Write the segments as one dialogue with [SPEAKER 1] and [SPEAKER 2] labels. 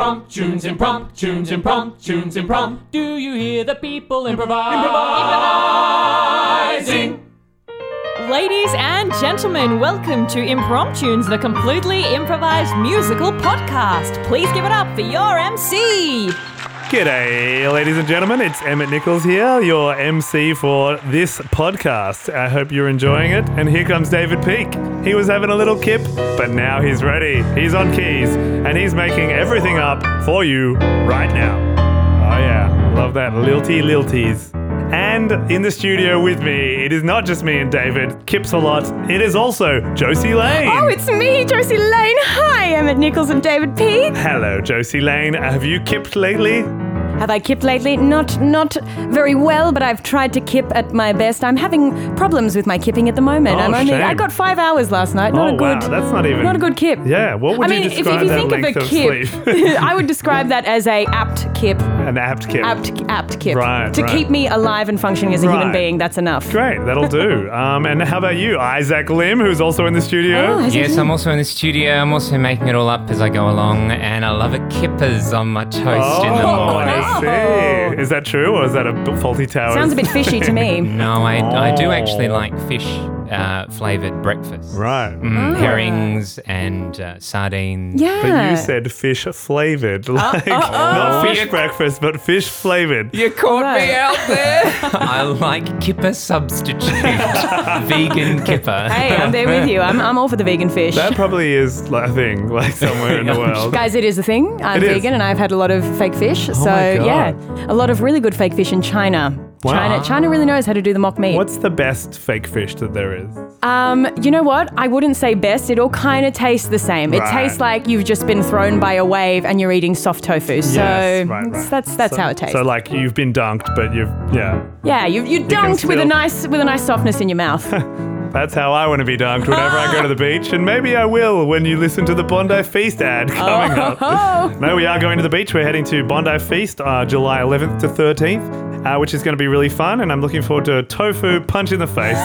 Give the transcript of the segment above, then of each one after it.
[SPEAKER 1] Impromptunes, impromptunes, impromptunes, impromptunes.
[SPEAKER 2] Do you hear the people improvise?
[SPEAKER 1] Improvising.
[SPEAKER 3] Ladies and gentlemen, welcome to Impromptunes, the completely improvised musical podcast. Please give it up for your MC.
[SPEAKER 4] G'day, ladies and gentlemen. It's Emmett Nichols here, your MC for this podcast. I hope you're enjoying it. And here comes David Peak. He was having a little kip, but now he's ready. He's on keys, and he's making everything up for you right now. Oh, yeah. Love that. Lilty Lilties. And in the studio with me, it is not just me and David, Kips a lot. It is also Josie Lane.
[SPEAKER 5] Oh, it's me, Josie Lane. Hi, Emmett Nichols and David Peake.
[SPEAKER 4] Hello, Josie Lane. Have you kipped lately?
[SPEAKER 5] Have I kipped lately? Not not very well, but I've tried to kip at my best. I'm having problems with my kipping at the moment.
[SPEAKER 4] Oh,
[SPEAKER 5] I'm only
[SPEAKER 4] shame.
[SPEAKER 5] I got five hours last night. Not
[SPEAKER 4] oh
[SPEAKER 5] a good
[SPEAKER 4] wow, that's not even
[SPEAKER 5] not a good kip.
[SPEAKER 4] Yeah, what would
[SPEAKER 5] I mean,
[SPEAKER 4] you
[SPEAKER 5] if, if
[SPEAKER 4] describe
[SPEAKER 5] you
[SPEAKER 4] that
[SPEAKER 5] think of a
[SPEAKER 4] length of, sleep?
[SPEAKER 5] kip, I would describe that as a apt kip,
[SPEAKER 4] An apt kip.
[SPEAKER 5] apt apt kip.
[SPEAKER 4] Right,
[SPEAKER 5] to
[SPEAKER 4] right.
[SPEAKER 5] keep me alive and functioning as a human
[SPEAKER 4] Right.
[SPEAKER 5] being, that's enough.
[SPEAKER 4] Great, that'll do. Um, and how about you, Isaac Lim, who's also in the
[SPEAKER 5] Oh,
[SPEAKER 4] studio?
[SPEAKER 5] has it-
[SPEAKER 2] Yes, I'm also in the studio. I'm also making it all up as I go along, and I love a kippers on my toast in
[SPEAKER 4] Oh.
[SPEAKER 2] the morning.
[SPEAKER 4] I see. Is that true, or is that a b- faulty tower?
[SPEAKER 5] Oh. sounds a bit fishy to me.
[SPEAKER 2] No, I, I do actually
[SPEAKER 4] Oh.
[SPEAKER 2] like fish uh, flavored breakfast.
[SPEAKER 4] Right.
[SPEAKER 2] Mm, herrings and uh, sardines.
[SPEAKER 5] Ah. Yeah. Uh,
[SPEAKER 4] But you said fish flavored, like not fish breakfast, but fish flavored.
[SPEAKER 2] You caught
[SPEAKER 5] Right.
[SPEAKER 2] me out there. I like kipper substitute, vegan kipper.
[SPEAKER 5] Hey, I'm there with you. I'm, I'm all for the vegan fish.
[SPEAKER 4] That probably is like, a thing, like somewhere in the world.
[SPEAKER 5] Guys, it is a thing. I'm
[SPEAKER 4] It is. Oh
[SPEAKER 5] vegan and I've had a lot of fake fish. so,
[SPEAKER 4] my God.
[SPEAKER 5] yeah, a lot of really good fake fish in China.
[SPEAKER 4] Wow.
[SPEAKER 5] China, China really knows how to do the mock meat.
[SPEAKER 4] What's the best fake fish that there is?
[SPEAKER 5] Um, you know what? I wouldn't say best. It all kind of tastes the same. It
[SPEAKER 4] Right.
[SPEAKER 5] tastes like you've just been thrown by a wave and you're eating soft tofu. So
[SPEAKER 4] Yes, right, right.
[SPEAKER 5] that's that's
[SPEAKER 4] So-
[SPEAKER 5] how it tastes.
[SPEAKER 4] So like you've been dunked, but you've yeah.
[SPEAKER 5] yeah, you you dunked with a
[SPEAKER 4] still-
[SPEAKER 5] nice with a nice softness in your mouth.
[SPEAKER 4] That's how I want to be dunked whenever I go to the beach, and maybe I will when you listen to the Bondi Feast ad
[SPEAKER 5] Oh.
[SPEAKER 4] coming up. No, we are going to the beach. We're heading to Bondi Feast, uh, July 11th to 13th, uh, which is going to be really fun, and I'm looking forward to tofu punch in the face,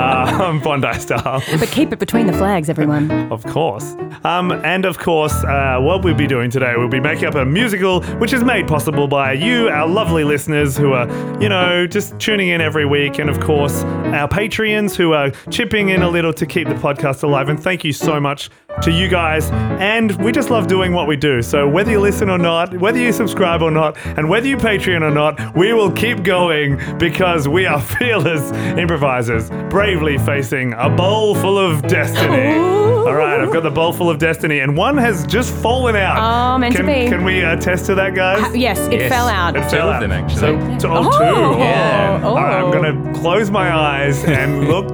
[SPEAKER 4] um, Bondi style.
[SPEAKER 5] but keep it between the flags, everyone.
[SPEAKER 4] Of course. Um, and of course, uh, what we'll be doing today, we'll be making up a musical which is made possible by you, our lovely listeners who are, you know, just tuning in every week. And of course, our Patreons who are chipping in a little to keep the podcast alive. And thank you so much to you guys. And we just love doing what we do. So whether you listen or not, whether you subscribe or not, and whether you Patreon or not, we will keep going because we are fearless improvisers, bravely facing a bowl full of destiny. All right, I've got the bowl full of destiny, and one has just fallen out.
[SPEAKER 5] Oh, meant to
[SPEAKER 4] can,
[SPEAKER 5] be.
[SPEAKER 4] Can we attest to that, guys?
[SPEAKER 5] Uh, Yes, it
[SPEAKER 2] Yes.
[SPEAKER 5] fell out.
[SPEAKER 4] It
[SPEAKER 2] Two
[SPEAKER 4] fell
[SPEAKER 2] of
[SPEAKER 4] out.
[SPEAKER 2] them, actually.
[SPEAKER 4] So, to, oh,
[SPEAKER 5] Oh,
[SPEAKER 4] two.
[SPEAKER 5] yeah.
[SPEAKER 4] All right, I'm
[SPEAKER 5] Oh.
[SPEAKER 4] gonna close my eyes and look.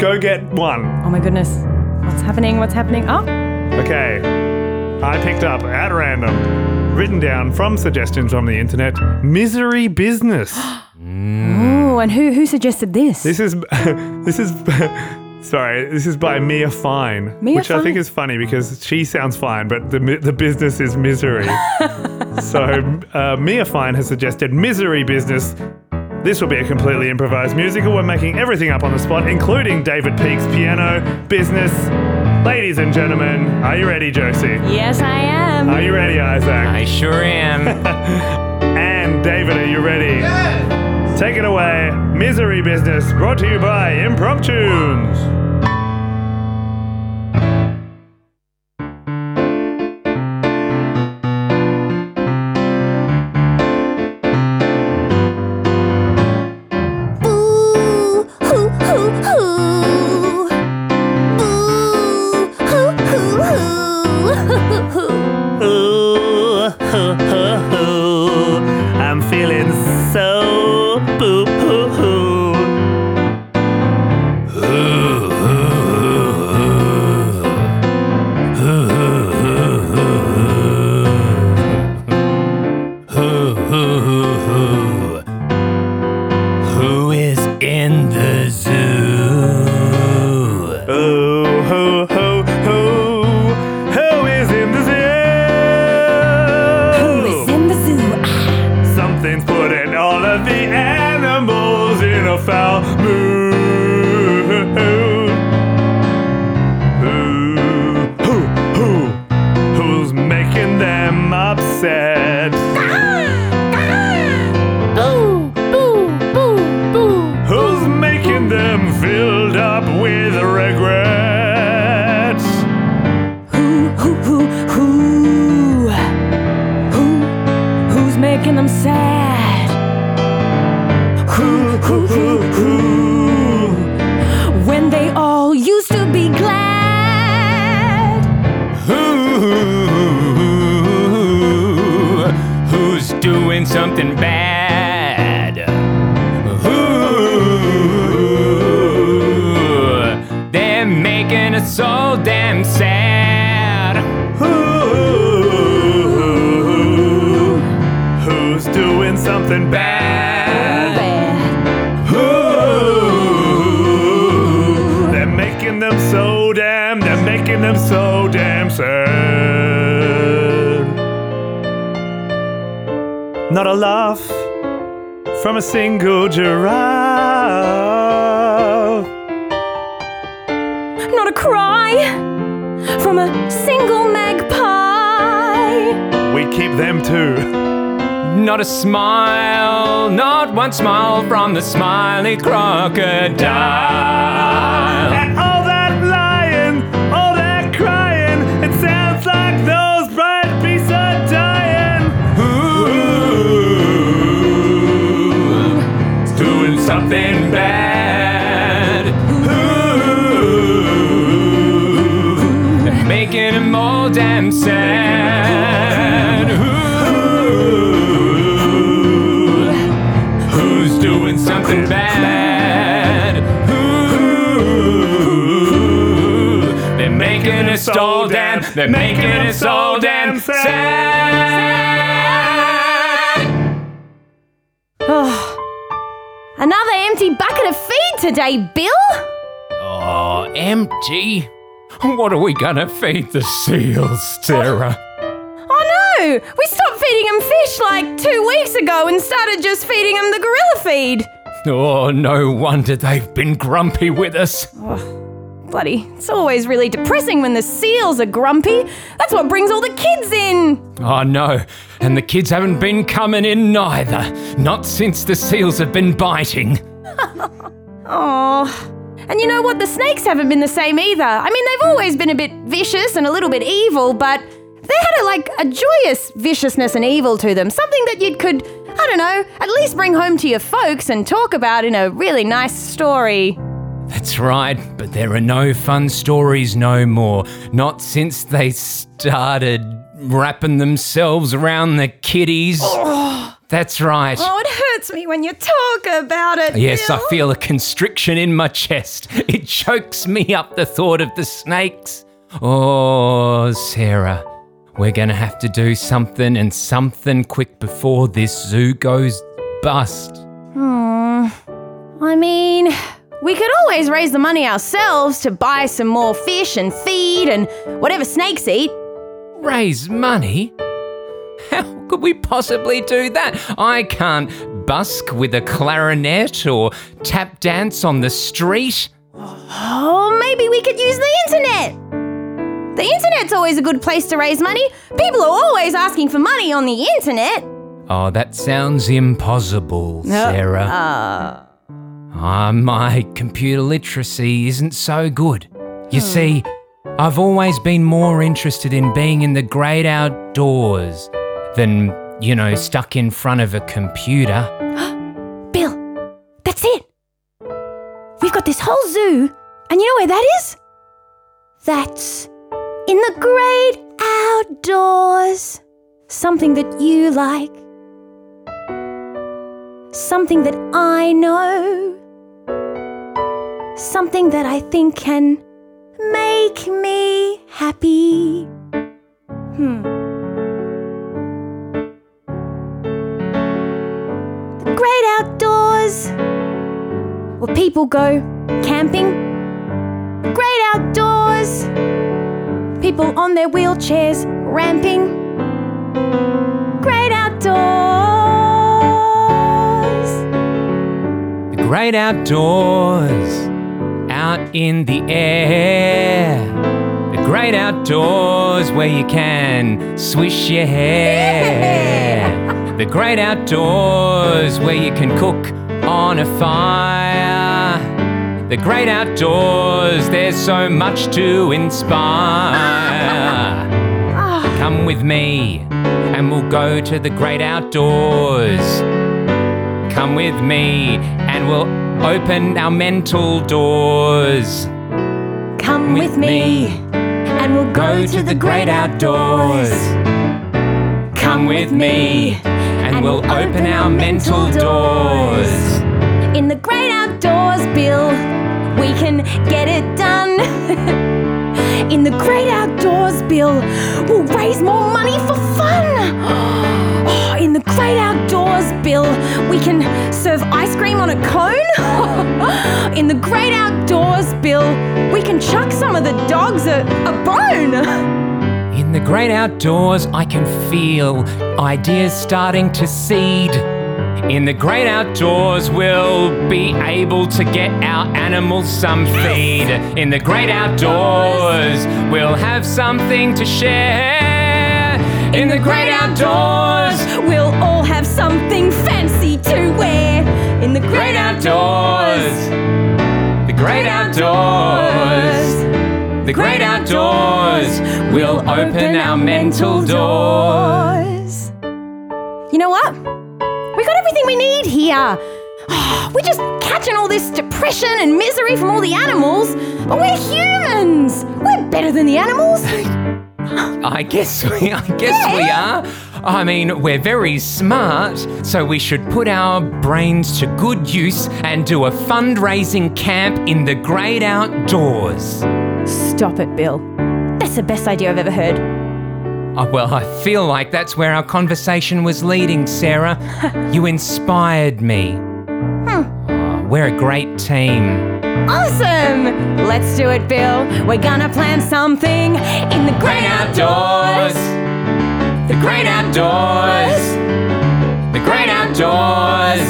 [SPEAKER 4] go get one.
[SPEAKER 5] Oh my goodness. What's happening? What's happening? Oh.
[SPEAKER 4] Okay. I picked up at random, written down from suggestions from the internet, misery business.
[SPEAKER 5] Ooh, and who who suggested this?
[SPEAKER 4] This is this is sorry. This is by Mia Fine,
[SPEAKER 5] Mia
[SPEAKER 4] which I
[SPEAKER 5] Fine.
[SPEAKER 4] think is funny because she sounds fine, but the mi- the business is misery. so uh, Mia Fine has suggested misery business. This will be a completely improvised musical. We're making everything up on the spot, including David Peake's piano business. Ladies and gentlemen, are you ready, Josie?
[SPEAKER 5] yes, I am.
[SPEAKER 4] Are you ready, Isaac?
[SPEAKER 2] I sure am.
[SPEAKER 4] And David, are you ready? Take it away, Misery Business, brought to you by Impromptunes.
[SPEAKER 6] Boo hoo hoo hoo. Boo hoo hoo hoo.
[SPEAKER 4] Ooh, hoo, hoo, hoo. I'm feeling so boo hoo hoo.
[SPEAKER 2] Who is in the zoo?
[SPEAKER 4] Ooh, hoo, hoo, hoo. Who is in the zoo?
[SPEAKER 6] in the zoo?
[SPEAKER 4] Something's putting all of the animals in a foul mood. Who, who, who, who's making them upset.
[SPEAKER 5] Ah!
[SPEAKER 6] Boo, boo, boo, boo.
[SPEAKER 4] Who's making them filled up with regret?
[SPEAKER 5] Who, who, who, who? Who, who's making them sad? Who, who, who, who? When they all used to be glad.
[SPEAKER 2] Who, who's doing something bad? Who, they're making us so damn sad.
[SPEAKER 4] Who, who's doing something bad?
[SPEAKER 5] Bad.
[SPEAKER 4] Who, they're making them so damn, they're making them so damn sad. Not a laugh from a single giraffe.
[SPEAKER 5] Not a cry from a single magpie.
[SPEAKER 4] We keep them too.
[SPEAKER 2] Not a smile, not one smile from the smiley crocodile.
[SPEAKER 4] And all that lying, all that crying, it sounds like those bright beasts are dying.
[SPEAKER 2] Who's doing something bad? Who's making him all damn sad? Who- Who's doing something bad? Who- They're making us all damn. They're making us all damn sad.
[SPEAKER 6] Another empty bucket of feed today, Bill?
[SPEAKER 2] Oh, empty? What are we gonna feed the seals, Tara?
[SPEAKER 5] Oh no! We stopped feeding them fish like two weeks ago and started just feeding them the gorilla feed.
[SPEAKER 2] Oh, no wonder they've been grumpy with us.
[SPEAKER 5] Bloody, it's always really depressing when the seals are grumpy. That's what brings all the kids in.
[SPEAKER 2] Oh no, and the kids haven't been coming in neither. Not since the seals have been biting.
[SPEAKER 5] Oh. And you know what? The snakes haven't been the same either. I mean, they've always been a bit vicious and a little bit evil, but they had a, like a joyous viciousness and evil to them. Something that you could, I don't know, at least bring home to your folks and talk about in a really nice story.
[SPEAKER 2] That's right, but there are no fun stories no more. Not since they started wrapping themselves around the kiddies. That's right.
[SPEAKER 5] Oh, it hurts me when you talk about it.
[SPEAKER 2] Yes, I
[SPEAKER 5] Bill.
[SPEAKER 2] feel a constriction in my chest. It chokes me up the thought of the snakes. Oh, Sarah, we're going to have to do something and something quick before this zoo goes bust.
[SPEAKER 5] I mean, we could always raise the money ourselves to buy some more fish and feed and whatever snakes eat.
[SPEAKER 2] Raise money? How could we possibly do that? I can't busk with a clarinet or tap dance on the street.
[SPEAKER 5] Or Oh, maybe we could use the internet. The internet's always a good place to raise money. People are always asking for money on the internet.
[SPEAKER 2] Oh, that sounds impossible,
[SPEAKER 5] uh
[SPEAKER 2] Sarah. Ah, my computer literacy isn't so good. You see, I've always been more interested in being in the great outdoors than, you know, stuck in front of a computer.
[SPEAKER 5] Bill, that's it. We've got this whole zoo, and you know where that is? That's in the great outdoors. Something that you like. Something that I know. Something that I think can make me happy. Hmm. great outdoors where people go camping. Great outdoors, people on their wheelchairs ramping. Great outdoors.
[SPEAKER 2] The great outdoors, out in the air. The great outdoors where you can swish your hair. the great outdoors where you can cook on a fire. The great outdoors, there's so much to inspire. Come with me and we'll go to the great outdoors. Come with me and we'll open our mental doors.
[SPEAKER 6] Come with me, and we'll
[SPEAKER 2] Go to the great outdoors. Come with me and we'll open our mental doors.
[SPEAKER 6] In the great outdoors, Bill, we can get it done. In the great outdoors, Bill, we'll raise more money for fun. Oh, in the great outdoors, Bill, we can serve ice cream on a cone. In the great outdoors, Bill, we can chuck some of the dogs a, a bone.
[SPEAKER 2] In the great outdoors, I can feel ideas starting to seed. In the great outdoors, we'll be able to get our animals some feed. In the great outdoors, we'll have something to share. In the great outdoors,
[SPEAKER 6] We'll all have something fancy to wear. In the great
[SPEAKER 2] outdoors,
[SPEAKER 6] outdoors.
[SPEAKER 2] the great outdoors, the great outdoors, we'll open our mental doors.
[SPEAKER 6] doors.
[SPEAKER 5] You know what? We got everything we need here. We're just catching all this depression and misery from all the animals, but we're humans. We're better than the animals.
[SPEAKER 2] I guess we, I guess we are. I mean, we're very smart, so we should put our brains to good use and do a fundraising camp in the great outdoors.
[SPEAKER 5] Stop it, Bill. That's the best idea I've ever heard.
[SPEAKER 2] Oh, well, I feel like that's where our conversation was leading, Sarah. you inspired me. Oh, we're a great team.
[SPEAKER 5] Awesome! Let's do it, Bill. We're gonna plan something in the great
[SPEAKER 2] Outdoors, the great outdoors, the great outdoors.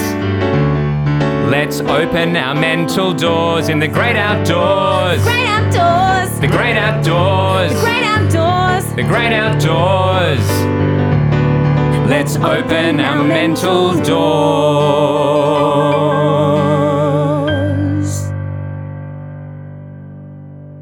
[SPEAKER 2] Let's open our mental doors in the great outdoors.
[SPEAKER 6] Great outdoors.
[SPEAKER 2] The great outdoors.
[SPEAKER 6] Great outdoors.
[SPEAKER 2] The great outdoors. Let's open our mental doors.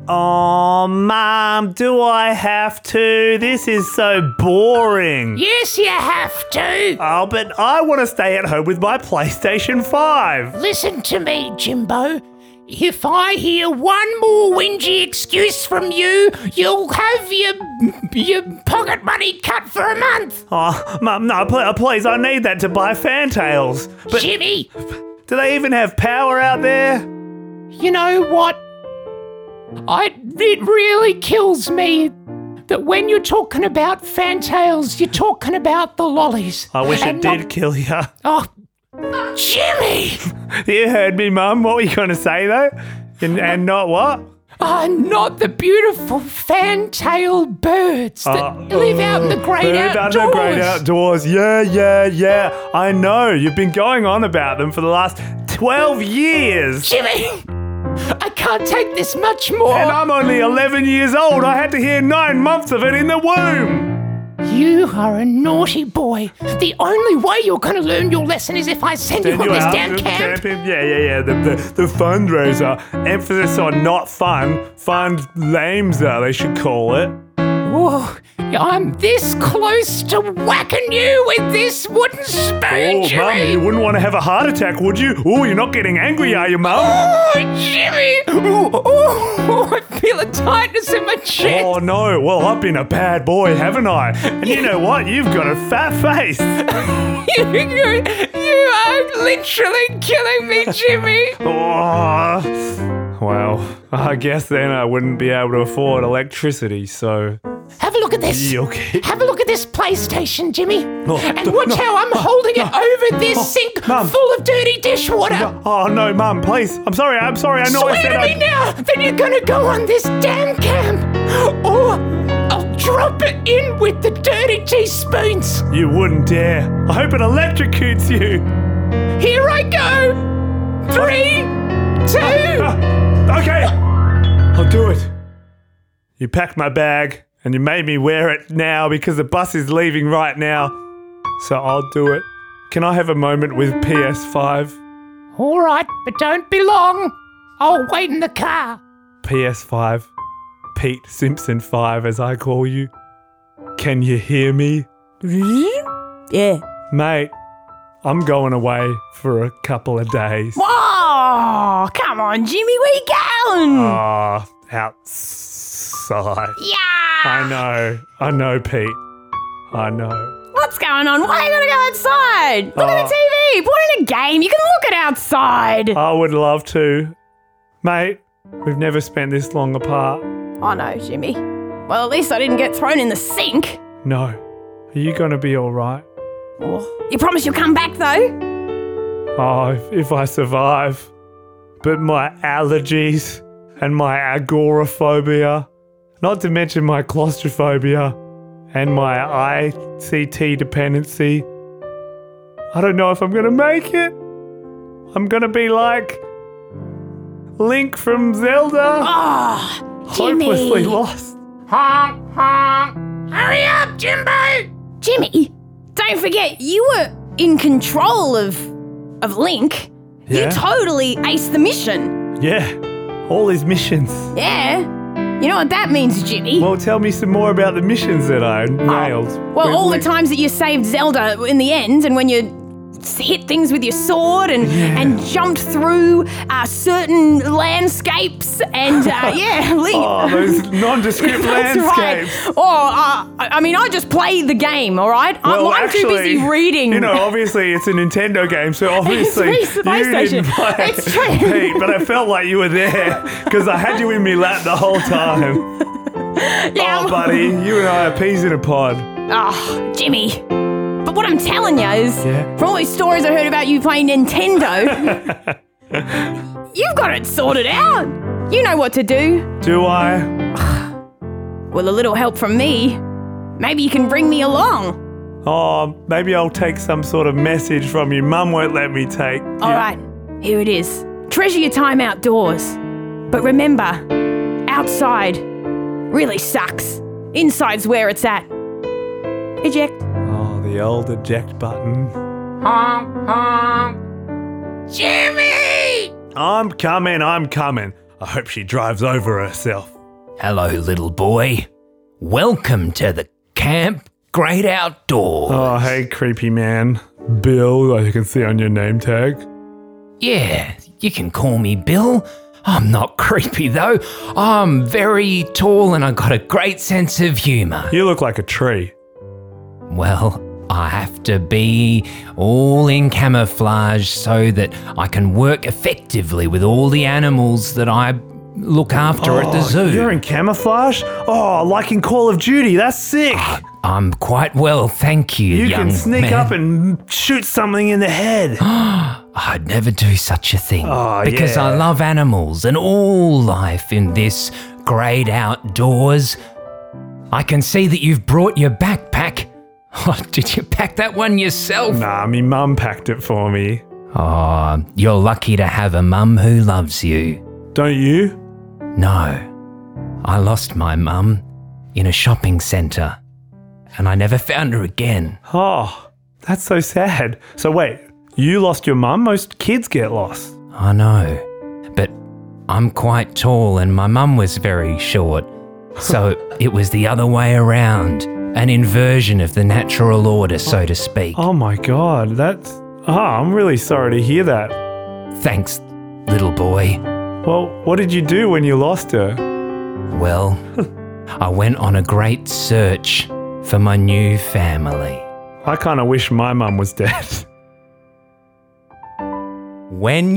[SPEAKER 4] Oh, Mom, do I have to? This is so boring.
[SPEAKER 7] Yes, you have to.
[SPEAKER 4] Oh, but I want to stay at home with my PlayStation 5.
[SPEAKER 7] Listen to me, Jimbo. If I hear one more whingy excuse from you, you'll have your your pocket money cut for a month.
[SPEAKER 4] Oh, Mom, no, pl- please, I need that to buy Fantails. But
[SPEAKER 7] Jimmy,
[SPEAKER 4] do they even have power out there?
[SPEAKER 7] you know what? I it really kills me that when you're talking about fantails, you're talking about the lollies.
[SPEAKER 4] I wish it
[SPEAKER 7] and not-
[SPEAKER 4] did kill you.
[SPEAKER 7] oh, Jimmy!
[SPEAKER 4] You heard me, Mum. What were you going to say, though? And, and not what?
[SPEAKER 7] are not the beautiful fantail birds that
[SPEAKER 4] Uh,
[SPEAKER 7] live out in the great
[SPEAKER 4] Food
[SPEAKER 7] outdoors.
[SPEAKER 4] under great outdoors. Yeah, yeah, yeah. I know. You've been going on about them for the last 12 years.
[SPEAKER 7] Jimmy, I can't take this much more.
[SPEAKER 4] And I'm only 11 years old. I had to hear nine months of it in the womb.
[SPEAKER 7] you are a naughty boy. The only way you're going to learn your lesson is if I send you on this
[SPEAKER 4] out
[SPEAKER 7] damn
[SPEAKER 4] to the
[SPEAKER 7] camp.
[SPEAKER 4] camping- Yeah, yeah, yeah. The, the, the fundraiser. Emphasis on not fun. Fund lameser, they should call it.
[SPEAKER 7] Whoa, I'm this close to whacking you with this wooden spoon,
[SPEAKER 4] Oh, Mum,
[SPEAKER 7] Jimmy.
[SPEAKER 4] you wouldn't want to have a heart attack, would you? Oh, you're not getting angry, are you, Mum?
[SPEAKER 7] Oh, Jimmy! Oh, oh, I feel a tightness in my chest.
[SPEAKER 4] Oh no, well, I've been a bad boy, haven't I? And you know what? You've got a fat face.
[SPEAKER 7] you, you, you are literally killing me, Jimmy.
[SPEAKER 4] Oh, well, I guess then I wouldn't be able to afford electricity, so.
[SPEAKER 7] Have a look at this.
[SPEAKER 4] You okay?
[SPEAKER 7] Have a look at this PlayStation, Jimmy. and
[SPEAKER 4] no,
[SPEAKER 7] watch
[SPEAKER 4] no,
[SPEAKER 7] how I'm holding it over this
[SPEAKER 4] Oh,
[SPEAKER 7] sink
[SPEAKER 4] Mum.
[SPEAKER 7] full of dirty dishwater.
[SPEAKER 4] Oh no, Mum, please. I'm sorry, I'm sorry, I know I
[SPEAKER 7] Swear
[SPEAKER 4] said
[SPEAKER 7] to me
[SPEAKER 4] I.
[SPEAKER 7] now that you're gonna go on this damn camp, or I'll drop it in with the dirty teaspoons.
[SPEAKER 4] You wouldn't dare. I hope it electrocutes you.
[SPEAKER 7] Here I go. Three, two.
[SPEAKER 4] Ah, okay, I'll do it. You packed my bag and you made me wear it now because the bus is leaving right now. So I'll do it. Can I have a moment with PS5?
[SPEAKER 7] All right, but don't be long. I'll wait in the car.
[SPEAKER 4] PS5. Pete Simpson 5, as I call you. Can you hear me?
[SPEAKER 6] Yeah.
[SPEAKER 4] Mate, I'm going away for a couple of days.
[SPEAKER 6] Oh, come on, Jimmy, where you going?
[SPEAKER 2] Uh,
[SPEAKER 4] Ah, outside. Yeah. I know. I know, Pete. I know.
[SPEAKER 5] What's going on? Why you gotta go outside? Look at
[SPEAKER 4] Oh.
[SPEAKER 5] the TV. Put in a game. You can look at outside.
[SPEAKER 4] I would love to. Mate, we've never spent this long apart.
[SPEAKER 5] oh no, Jimmy. Well, at least I didn't get thrown in the sink.
[SPEAKER 4] No. Are you going to be all right?
[SPEAKER 5] You promise you'll come back though?
[SPEAKER 4] Oh, if, if I survive. But my allergies and my agoraphobia, not to mention my claustrophobia and my ICT dependency, I don't know if I'm going to make it. I'm going to be like Link from Zelda.
[SPEAKER 5] Ah,
[SPEAKER 4] hopelessly lost.
[SPEAKER 7] Honk, honk. Hurry up, Jimbo.
[SPEAKER 5] Jimmy, don't forget you were in control of of Link.
[SPEAKER 4] Yeah.
[SPEAKER 5] You totally aced the mission.
[SPEAKER 4] yeah. All his missions.
[SPEAKER 5] Yeah. You know what that means, Jimmy?
[SPEAKER 4] Well, tell me some more about the missions that I nailed.
[SPEAKER 5] Oh, Well,
[SPEAKER 4] with
[SPEAKER 5] all the
[SPEAKER 4] Link.
[SPEAKER 5] times that you saved Zelda in the end, and when you s- hit things with your sword and and jumped through uh, certain landscapes, and uh, yeah, Link.
[SPEAKER 4] Oh, those nondescript
[SPEAKER 5] That's
[SPEAKER 4] landscapes.
[SPEAKER 5] right. Or uh, I I mean, I just play the game. All right, I'm, I'm too busy reading.
[SPEAKER 4] You know, obviously it's a Nintendo game, so
[SPEAKER 5] It's
[SPEAKER 4] obviously
[SPEAKER 5] really
[SPEAKER 4] you
[SPEAKER 5] PlayStation.
[SPEAKER 4] didn't play.
[SPEAKER 5] It's true.
[SPEAKER 4] Pete, but I felt like you were there because I had you in me lap the whole time.
[SPEAKER 5] yeah,
[SPEAKER 4] Oh, buddy, you and I are peas in a pod.
[SPEAKER 5] Oh, Jimmy. But what I'm telling you is,
[SPEAKER 4] Yeah.
[SPEAKER 5] from all these stories I heard about you playing Nintendo, you've got it sorted out. You know what to do.
[SPEAKER 4] Do I?
[SPEAKER 5] With a little help from me, maybe you can bring me along.
[SPEAKER 4] Oh, maybe I'll take some sort of message from you. Mum won't let me take.
[SPEAKER 5] All right, here it is. Treasure your time outdoors. But remember, outside really sucks. Inside's where it's at. Eject.
[SPEAKER 4] Oh, the old eject button.
[SPEAKER 7] Honk, honk. Jimmy.
[SPEAKER 4] I'm coming, I'm coming. I hope she drives over herself.
[SPEAKER 2] Hello, little boy. Welcome to the camp great outdoors.
[SPEAKER 4] Oh, hey, creepy man. Bill, I can see on your name tag.
[SPEAKER 2] Yeah, you can call me Bill. I'm not creepy though. I'm very tall and I got a great sense of humor.
[SPEAKER 4] You look like a tree.
[SPEAKER 2] Well, I have to be all in camouflage so that I can work effectively with all the animals that I look after at the zoo.
[SPEAKER 4] Oh, You're in camouflage? Oh, like in Call of Duty. That's sick.
[SPEAKER 2] I'm quite well, thank you.
[SPEAKER 4] You
[SPEAKER 2] Ah, young
[SPEAKER 4] can sneak
[SPEAKER 2] man.
[SPEAKER 4] up and shoot something in the head.
[SPEAKER 2] I'd never do such a thing
[SPEAKER 4] Oh,
[SPEAKER 2] because I
[SPEAKER 4] yeah.
[SPEAKER 2] love animals and all life in this great outdoors. I can see that you've brought your backpack. Oh, did you pack that one yourself?
[SPEAKER 4] nah, me mum packed it for me.
[SPEAKER 2] Oh, you're lucky to have a mum who loves you.
[SPEAKER 4] Don't you?
[SPEAKER 2] No, I lost my mum in a shopping centre and I never found her again.
[SPEAKER 4] Oh, that's so sad. So wait, you lost your mum? Most kids get lost.
[SPEAKER 2] I know, but I'm quite tall and my mum was very short. So it was the other way around, an inversion of the natural order, so to speak.
[SPEAKER 4] Oh my god, that's. Ah, I'm really sorry to hear that.
[SPEAKER 2] Thanks, little boy.
[SPEAKER 4] Well, what did you do when you lost her?
[SPEAKER 2] Well, I went on a great search for my new family.
[SPEAKER 4] I kind of wish my mum was dead.
[SPEAKER 2] When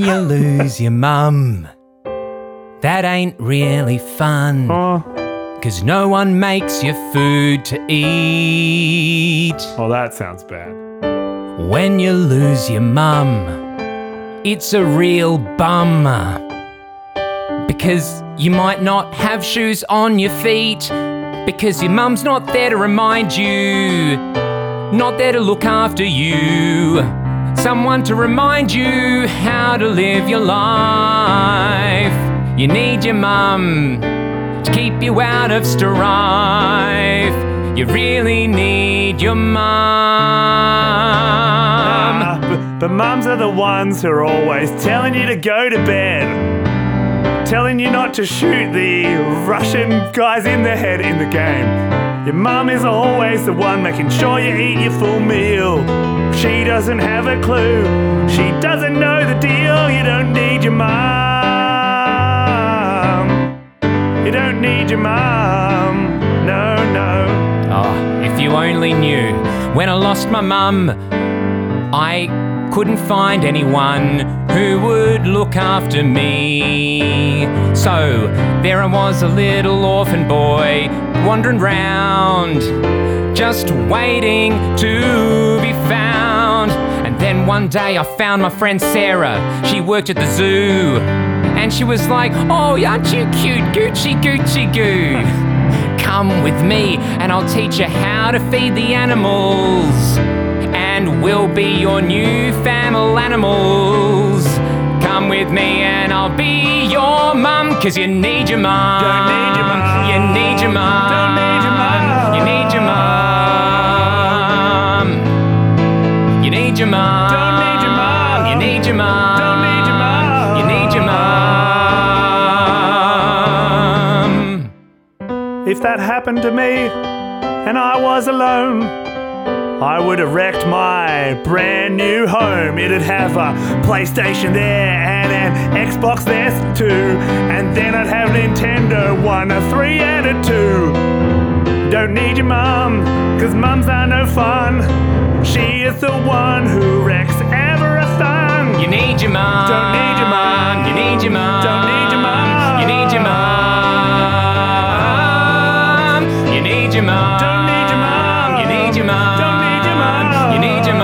[SPEAKER 2] you lose your mum, that ain't really fun.
[SPEAKER 4] oh,
[SPEAKER 2] Cause no one makes you food to eat.
[SPEAKER 4] oh, that sounds bad.
[SPEAKER 2] When you lose your mum, it's a real bummer. Because you might not have shoes on your feet, because your mum's not there to remind you, not there to look after you, someone to remind you how to live your life. You need your mum, to keep you out of strife. You really need your mum.
[SPEAKER 4] Ah, but, but mums are the ones who are always telling you to go to bed. Telling you not to shoot the Russian guys in the head in the game. Your mum is always the one making sure you eat your full meal. She doesn't have a clue. She doesn't know the deal. You don't need your mum. You don't need your mum. No, no.
[SPEAKER 2] Oh, if you only knew. When I lost my mum, I couldn't find anyone who would look after me. So there I was, a little orphan boy, wandering round, just waiting to be found. And then one day I found my friend Sarah. She worked at the zoo. And she was like, Oh, aren't you cute? Gucci, Gucci, goo. Come with me, and I'll teach you how to feed the animals. And we'll be your new family animals. Come with me, and I'll be your mum, cause you need your mum.
[SPEAKER 4] Don't need your mum.
[SPEAKER 2] You need your mum.
[SPEAKER 4] Don't need your mum.
[SPEAKER 2] You need your mum. You need your mum.
[SPEAKER 4] Don't need your mum.
[SPEAKER 2] You need your mum.
[SPEAKER 4] Don't need your mum.
[SPEAKER 2] You need your mum.
[SPEAKER 4] If that happened to me and I was alone, I would have wrecked my brand new home. It'd have a PlayStation there and an Xbox there too, and then I'd have Nintendo 1, a 3, and a 2. Don't need your mum, cause mums are no fun. She is the one who wrecks everything.
[SPEAKER 2] You need your mom.
[SPEAKER 4] Don't need your mum.
[SPEAKER 2] You need your mom.
[SPEAKER 4] Don't need your mum.
[SPEAKER 2] You need your mom. You need your mom.
[SPEAKER 4] Don't need your mum.
[SPEAKER 2] You need your mom.
[SPEAKER 4] Don't need your mum.
[SPEAKER 2] You need your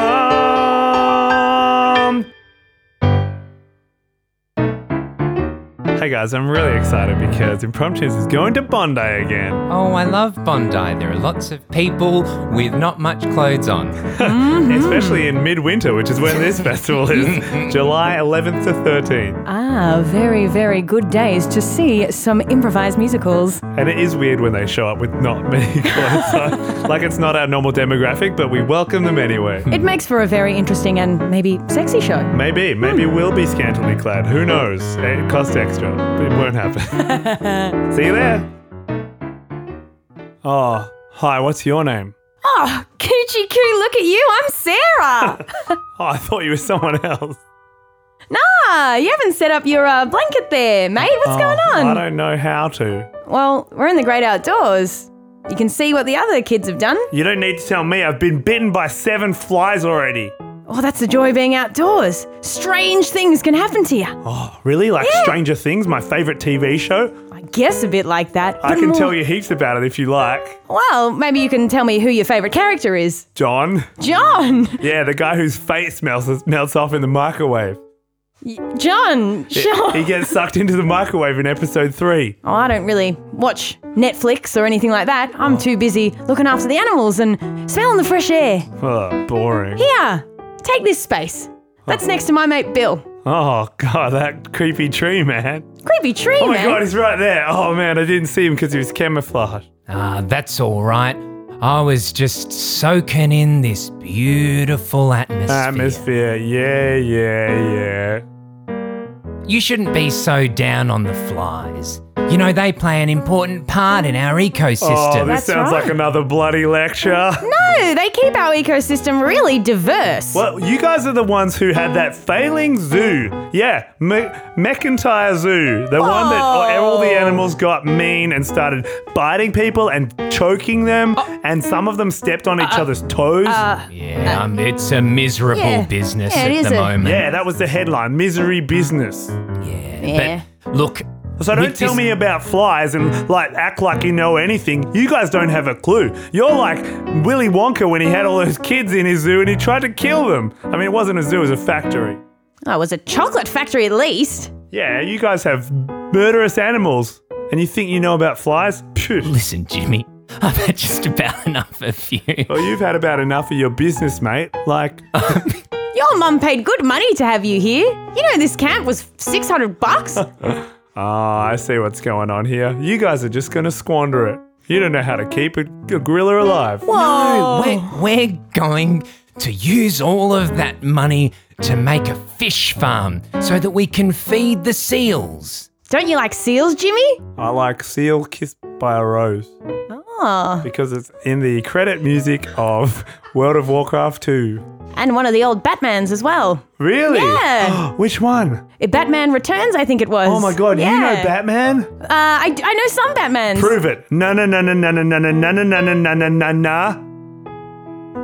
[SPEAKER 2] mom.
[SPEAKER 4] Don't need your mom. Hey guys, I'm really excited because Impromptus is going to Bondi again.
[SPEAKER 2] Oh, I love Bondi. There are lots of people with not much clothes on.
[SPEAKER 4] Especially in midwinter, which is when this festival is July 11th to 13th.
[SPEAKER 3] Ah, very, very good days to see some improvised musicals.
[SPEAKER 4] And it is weird when they show up with not many clothes on. Like it's not our normal demographic, but we welcome them anyway.
[SPEAKER 3] It makes for a very interesting and maybe sexy show.
[SPEAKER 4] Maybe, maybe we'll be scantily clad. Who knows? It costs extra. It won't happen. See you there. Oh, hi, what's your name?
[SPEAKER 5] Oh, coochie coo, look at you. I'm Sarah.
[SPEAKER 4] Oh, I thought you were someone else.
[SPEAKER 5] nah, you haven't set up your uh, blanket there, mate. What's going
[SPEAKER 4] Oh, I
[SPEAKER 5] on?
[SPEAKER 4] don't know how to.
[SPEAKER 5] Well, we're in the great outdoors. You can see what the other kids have done.
[SPEAKER 4] You don't need to tell me. I've been bitten by seven flies already.
[SPEAKER 5] Oh, that's the joy of being outdoors. Strange things can happen to you.
[SPEAKER 4] Oh, really? Like Stranger Things, my favorite TV show?
[SPEAKER 5] I guess a bit like that.
[SPEAKER 4] I
[SPEAKER 5] but
[SPEAKER 4] can
[SPEAKER 5] more-
[SPEAKER 4] tell you heaps about it if you like.
[SPEAKER 5] Well, maybe you can tell me who your favourite character is.
[SPEAKER 4] John.
[SPEAKER 5] John!
[SPEAKER 4] Yeah, the guy whose face melts, melts off in the microwave.
[SPEAKER 5] John! Sure.
[SPEAKER 4] He gets sucked into the microwave in episode three.
[SPEAKER 5] Oh, I don't really watch Netflix or anything like that.
[SPEAKER 4] Oh.
[SPEAKER 5] I'm too busy looking after the animals and smelling the fresh air.
[SPEAKER 4] Oh, boring.
[SPEAKER 5] Here, take this space. That's next to my mate Bill.
[SPEAKER 4] Oh, God, that creepy tree, man.
[SPEAKER 5] Creepy tree,
[SPEAKER 4] Oh, my
[SPEAKER 5] man.
[SPEAKER 4] God, he's right there. Oh, man, I didn't see him because he was camouflaged.
[SPEAKER 2] Ah, that's all right. I was just soaking in this beautiful atmosphere.
[SPEAKER 4] Atmosphere. Yeah, yeah, yeah.
[SPEAKER 2] You shouldn't be so down on the flies. You know, they play an important part in our
[SPEAKER 4] Oh,
[SPEAKER 2] ecosystem.
[SPEAKER 4] this sounds like another bloody lecture.
[SPEAKER 5] No, they keep our ecosystem really diverse.
[SPEAKER 4] Well, you guys are the ones who had that failing zoo. Yeah, Me- McIntyre Zoo. The one that
[SPEAKER 5] Oh.
[SPEAKER 4] all all the animals got mean and started biting people and choking them,
[SPEAKER 5] Oh.
[SPEAKER 4] and some of them stepped on each
[SPEAKER 5] Uh-uh.
[SPEAKER 4] other's toes.
[SPEAKER 5] Uh.
[SPEAKER 2] yeah, um, it's a miserable
[SPEAKER 5] yeah.
[SPEAKER 2] business
[SPEAKER 5] Yeah,
[SPEAKER 2] at
[SPEAKER 5] it
[SPEAKER 2] the
[SPEAKER 5] is a-
[SPEAKER 2] moment.
[SPEAKER 4] yeah, that was the headline Misery Business.
[SPEAKER 5] Yeah.
[SPEAKER 2] But look,
[SPEAKER 4] So don't
[SPEAKER 2] With
[SPEAKER 4] tell
[SPEAKER 2] this-
[SPEAKER 4] me about flies and like act like you know anything. You guys don't have a clue. You're like Willy Wonka when he had all those kids in his zoo and he tried to kill them. I mean, it wasn't a zoo; it was a factory.
[SPEAKER 5] Oh, it was a chocolate factory at least.
[SPEAKER 4] Yeah, you guys have murderous animals, and you think you know about flies? Phew.
[SPEAKER 2] listen, Jimmy, I've had just about enough of you.
[SPEAKER 4] Well, you've had about enough of your business, mate. Like,
[SPEAKER 5] Your mum paid good money to have you here. You know this camp was 600 bucks.
[SPEAKER 4] Ah, I see what's going on here. You guys are just gonna squander it. You don't know how to keep a, a gorilla alive.
[SPEAKER 5] Oh.
[SPEAKER 2] No, we're, we're going to use all of that money to make a fish farm so that we can feed the seals.
[SPEAKER 5] Don't you like seals, Jimmy?
[SPEAKER 4] I like Seal Kissed by a Rose
[SPEAKER 5] Oh.
[SPEAKER 4] because it's in the credit music of World of Warcraft 2.
[SPEAKER 5] And one of the old Batmans as well.
[SPEAKER 4] Really?
[SPEAKER 5] Yeah.
[SPEAKER 4] Which one?
[SPEAKER 5] Uh, Batman Returns, I think it was.
[SPEAKER 4] Oh my god, you know
[SPEAKER 5] Yeah.
[SPEAKER 4] Batman?
[SPEAKER 5] Uh, I, I know some Batmans.
[SPEAKER 4] Prove it. Na na na na na na na na na na na na na na na.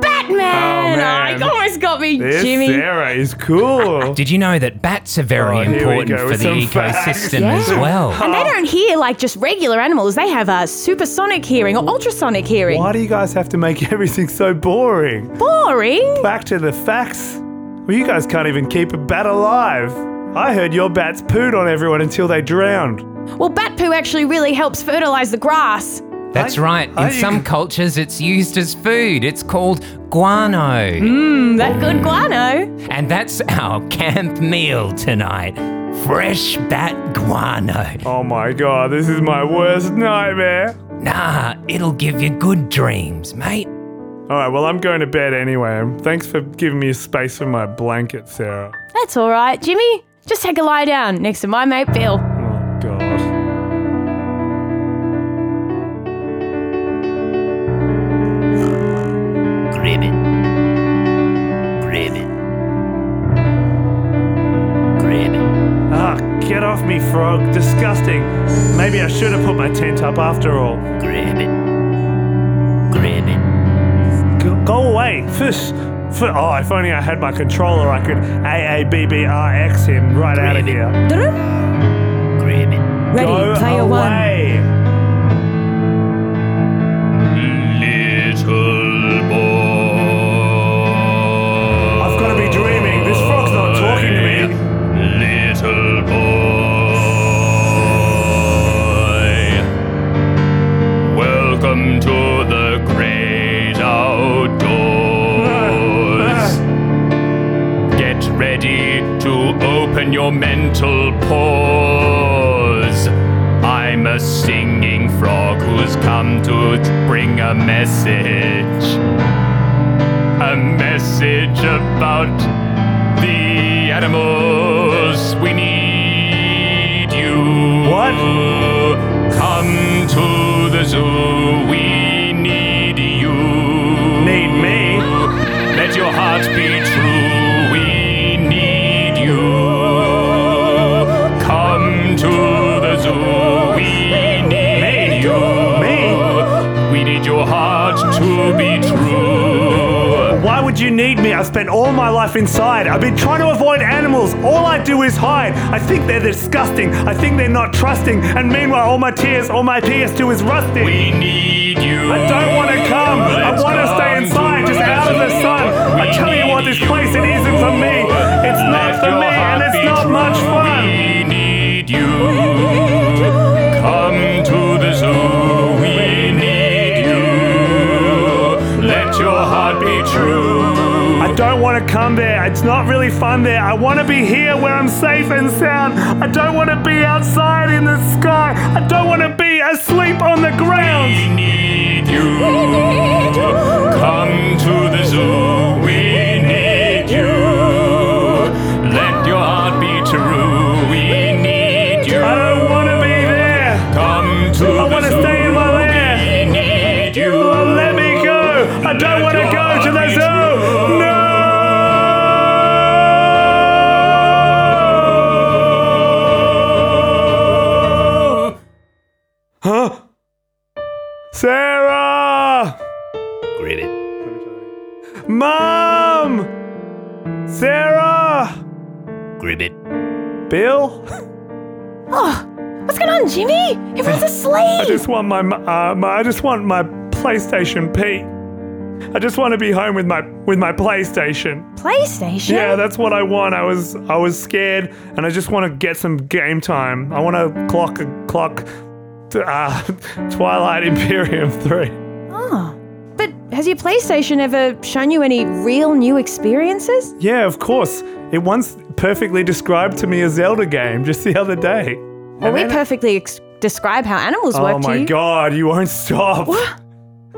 [SPEAKER 5] Batman!
[SPEAKER 4] Oh, man.
[SPEAKER 5] Oh, it almost got me,
[SPEAKER 4] This
[SPEAKER 5] Jimmy.
[SPEAKER 4] Sarah is cool.
[SPEAKER 2] Did you know that bats are very
[SPEAKER 4] Oh, here we
[SPEAKER 2] important
[SPEAKER 4] go
[SPEAKER 2] for
[SPEAKER 4] with
[SPEAKER 2] the
[SPEAKER 4] some facts.
[SPEAKER 2] ecosystem as
[SPEAKER 5] Yeah.
[SPEAKER 2] well?
[SPEAKER 5] And they don't hear like just regular animals. They have a supersonic hearing or ultrasonic hearing.
[SPEAKER 4] Why do you guys have to make everything so boring?
[SPEAKER 5] Boring.
[SPEAKER 4] Back to the facts. Well, you guys can't even keep a bat alive. I heard your bats pooed on everyone until they drowned.
[SPEAKER 5] Well, bat poo actually really helps fertilize the grass.
[SPEAKER 2] That's right.
[SPEAKER 4] I-
[SPEAKER 2] In some cultures, it's used as food. It's called guano.
[SPEAKER 4] Hmm?
[SPEAKER 5] Mm, that good guano.
[SPEAKER 2] And that's our camp meal tonight. Fresh bat guano.
[SPEAKER 4] Oh my god, this is my worst nightmare.
[SPEAKER 2] Nah, it'll give you good dreams, mate.
[SPEAKER 4] All right, well, I'm going to bed anyway. Thanks for giving me space for my blanket, Sarah.
[SPEAKER 5] That's all right, Jimmy. Just take a lie down next to my mate Bill.
[SPEAKER 4] Oh god.
[SPEAKER 7] Gribbit. Gribbit. Gribbit.
[SPEAKER 4] Ah, get off me, frog. Disgusting. Maybe I should have put my tent up after all.
[SPEAKER 7] Gribbit. Gribbit.
[SPEAKER 4] Go, go away, fish. Fi- Oh, if only I had my controller, I could AABBRX him right out of here.
[SPEAKER 7] Gribbit.
[SPEAKER 3] Ready,
[SPEAKER 4] Go
[SPEAKER 3] player one.
[SPEAKER 4] away.
[SPEAKER 8] Little boy.
[SPEAKER 4] I've got to be dreaming. This frog's not talking to me.
[SPEAKER 8] Little boy. Welcome to the great
[SPEAKER 4] Ah,
[SPEAKER 8] outdoors. Get ready to open your mental pores. I'm a singing frog who's come to bring a message. A message about the animals. We need you.
[SPEAKER 4] What?
[SPEAKER 8] Come to the zoo. We need you.
[SPEAKER 4] Need me?
[SPEAKER 8] Let your heart be true. We need you. Come to the zoo. We need you.
[SPEAKER 4] Me?
[SPEAKER 8] We need your heart to be true.
[SPEAKER 4] Why would you need me? I've spent all my life inside. I've been trying to avoid animals. All I do is hide. I think they're disgusting. I think they're not trusting. And meanwhile, all my tears, all my PS2 is rusting.
[SPEAKER 8] We need you.
[SPEAKER 4] I don't want to come. I
[SPEAKER 8] Let's
[SPEAKER 4] want to stay
[SPEAKER 8] come
[SPEAKER 4] inside,
[SPEAKER 8] to
[SPEAKER 4] just out of the
[SPEAKER 8] zoo.
[SPEAKER 4] sun. I
[SPEAKER 8] We
[SPEAKER 4] tell you what,
[SPEAKER 8] need
[SPEAKER 4] this place, it isn't for me. It's not
[SPEAKER 8] Let
[SPEAKER 4] for
[SPEAKER 8] your
[SPEAKER 4] me,
[SPEAKER 8] heart
[SPEAKER 4] and it's
[SPEAKER 8] be
[SPEAKER 4] not
[SPEAKER 8] true.
[SPEAKER 4] much fun.
[SPEAKER 8] We need you. Come to the zoo. We need you. Let your heart be true.
[SPEAKER 4] I don't want to come there. It's not really fun there. I want to be here where I'm safe and sound. I don't want to be outside in the sky. I don't want to be asleep on the ground.
[SPEAKER 8] We need you. Come to the zoo. We need you. Let your heart be true. We need you.
[SPEAKER 4] I don't want to be there.
[SPEAKER 8] Come to
[SPEAKER 4] I
[SPEAKER 8] the
[SPEAKER 4] want to
[SPEAKER 8] zoo.
[SPEAKER 4] stay in my lair.
[SPEAKER 8] We need you.
[SPEAKER 4] Let me go. I don't want to go to the zoo. No. Huh? Sarah!
[SPEAKER 7] Gribbit.
[SPEAKER 4] Mom! Sarah!
[SPEAKER 7] Gribbit.
[SPEAKER 4] Bill?
[SPEAKER 5] Oh, What's going on, Jimmy? Everyone's
[SPEAKER 4] I
[SPEAKER 5] asleep.
[SPEAKER 4] just want my, uh, my I just want my PlayStation P. I just want to be home with my with my PlayStation.
[SPEAKER 5] PlayStation.
[SPEAKER 4] Yeah, that's what I want. I was I was scared, and I just want to get some game time. I want to clock clock uh, Twilight Imperium three.
[SPEAKER 5] Oh. But has your PlayStation ever shown you any real new experiences?
[SPEAKER 4] Yeah, of course. It once perfectly described to me a Zelda game just the other day.
[SPEAKER 5] Well, we perfectly ex- describe how animals
[SPEAKER 4] Oh
[SPEAKER 5] work
[SPEAKER 4] my
[SPEAKER 5] to you.
[SPEAKER 4] god, you won't stop.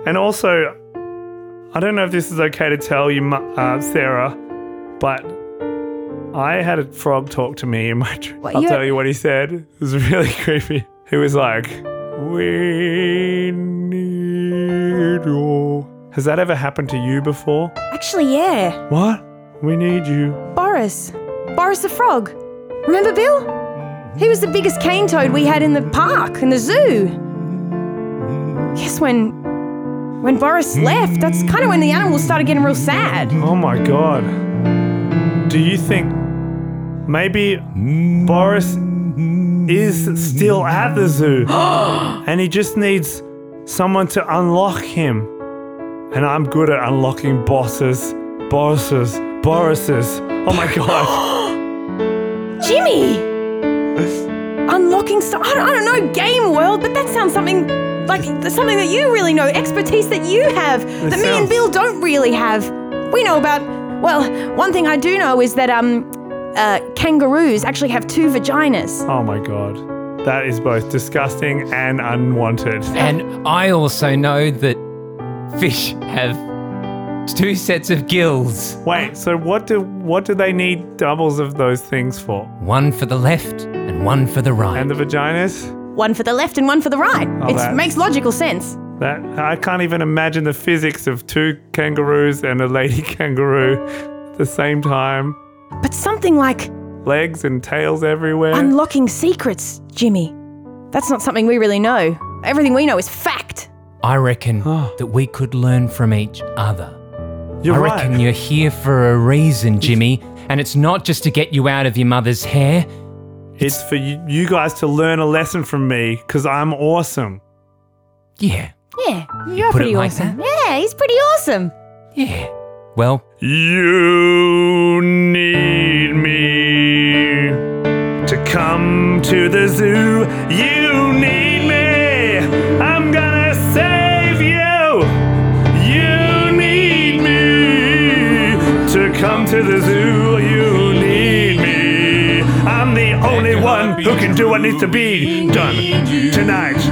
[SPEAKER 4] And also, I don't know if this is okay to tell you, Ma- uh, Sarah, but I had a frog talk to me in my dream.
[SPEAKER 5] What,
[SPEAKER 4] I'll
[SPEAKER 5] you-
[SPEAKER 4] tell you what he said. It was really creepy. He was like, We need you. Has that ever happened to you before?
[SPEAKER 5] Actually, yeah.
[SPEAKER 4] What? We need you.
[SPEAKER 5] Boris. Boris the frog. Remember Bill? He was the biggest cane toad we had in the park, in the zoo. Yes, when when Boris left, that's kind of when the animals started getting real sad.
[SPEAKER 4] Oh my god. Do you think maybe Boris is still at the zoo and he just needs someone to unlock him? And I'm good at unlocking bosses, Borises, Borises. Oh my god.
[SPEAKER 5] Jimmy! Unlocking stuff. I don't, I don't know, game world, but that sounds something like something that you really know, expertise that you have, that me
[SPEAKER 4] sounds-
[SPEAKER 5] and Bill don't really have. We know about, well, one thing I do know is that um, uh, kangaroos actually have two vaginas.
[SPEAKER 4] Oh my god. That is both disgusting and unwanted.
[SPEAKER 2] And I also know that fish have two sets of gills
[SPEAKER 4] Wait, so what do what do they need doubles of those things for?
[SPEAKER 2] one for the left and one for the right.
[SPEAKER 4] And the vaginas?
[SPEAKER 5] One for the left and one for the right.
[SPEAKER 4] Oh,
[SPEAKER 5] it
[SPEAKER 4] that-
[SPEAKER 5] makes logical sense.
[SPEAKER 4] That I can't even imagine the physics of two kangaroos and a lady kangaroo at the same time.
[SPEAKER 5] But something like
[SPEAKER 4] Legs and tails everywhere.
[SPEAKER 5] unlocking secrets, Jimmy. That's not something we really know. Everything we know is fact.
[SPEAKER 2] I reckon
[SPEAKER 4] Oh.
[SPEAKER 2] that we could learn from each other.
[SPEAKER 4] You're
[SPEAKER 2] I
[SPEAKER 4] right.
[SPEAKER 2] reckon you're here for a reason, Jimmy, and it's not just to get you out of your mother's hair.
[SPEAKER 4] it's for you, you guys to learn a lesson from me because I'm awesome.
[SPEAKER 2] Yeah,
[SPEAKER 5] Yeah, you're
[SPEAKER 2] put
[SPEAKER 5] pretty
[SPEAKER 2] it like
[SPEAKER 5] awesome.
[SPEAKER 2] that.
[SPEAKER 5] Yeah, he's pretty awesome.
[SPEAKER 2] Yeah. Well,
[SPEAKER 4] You need me to come to the zoo. You need me. I'm gonna save you. You need me to come to the zoo. You need me. I'm the only one who can do what needs to be done tonight.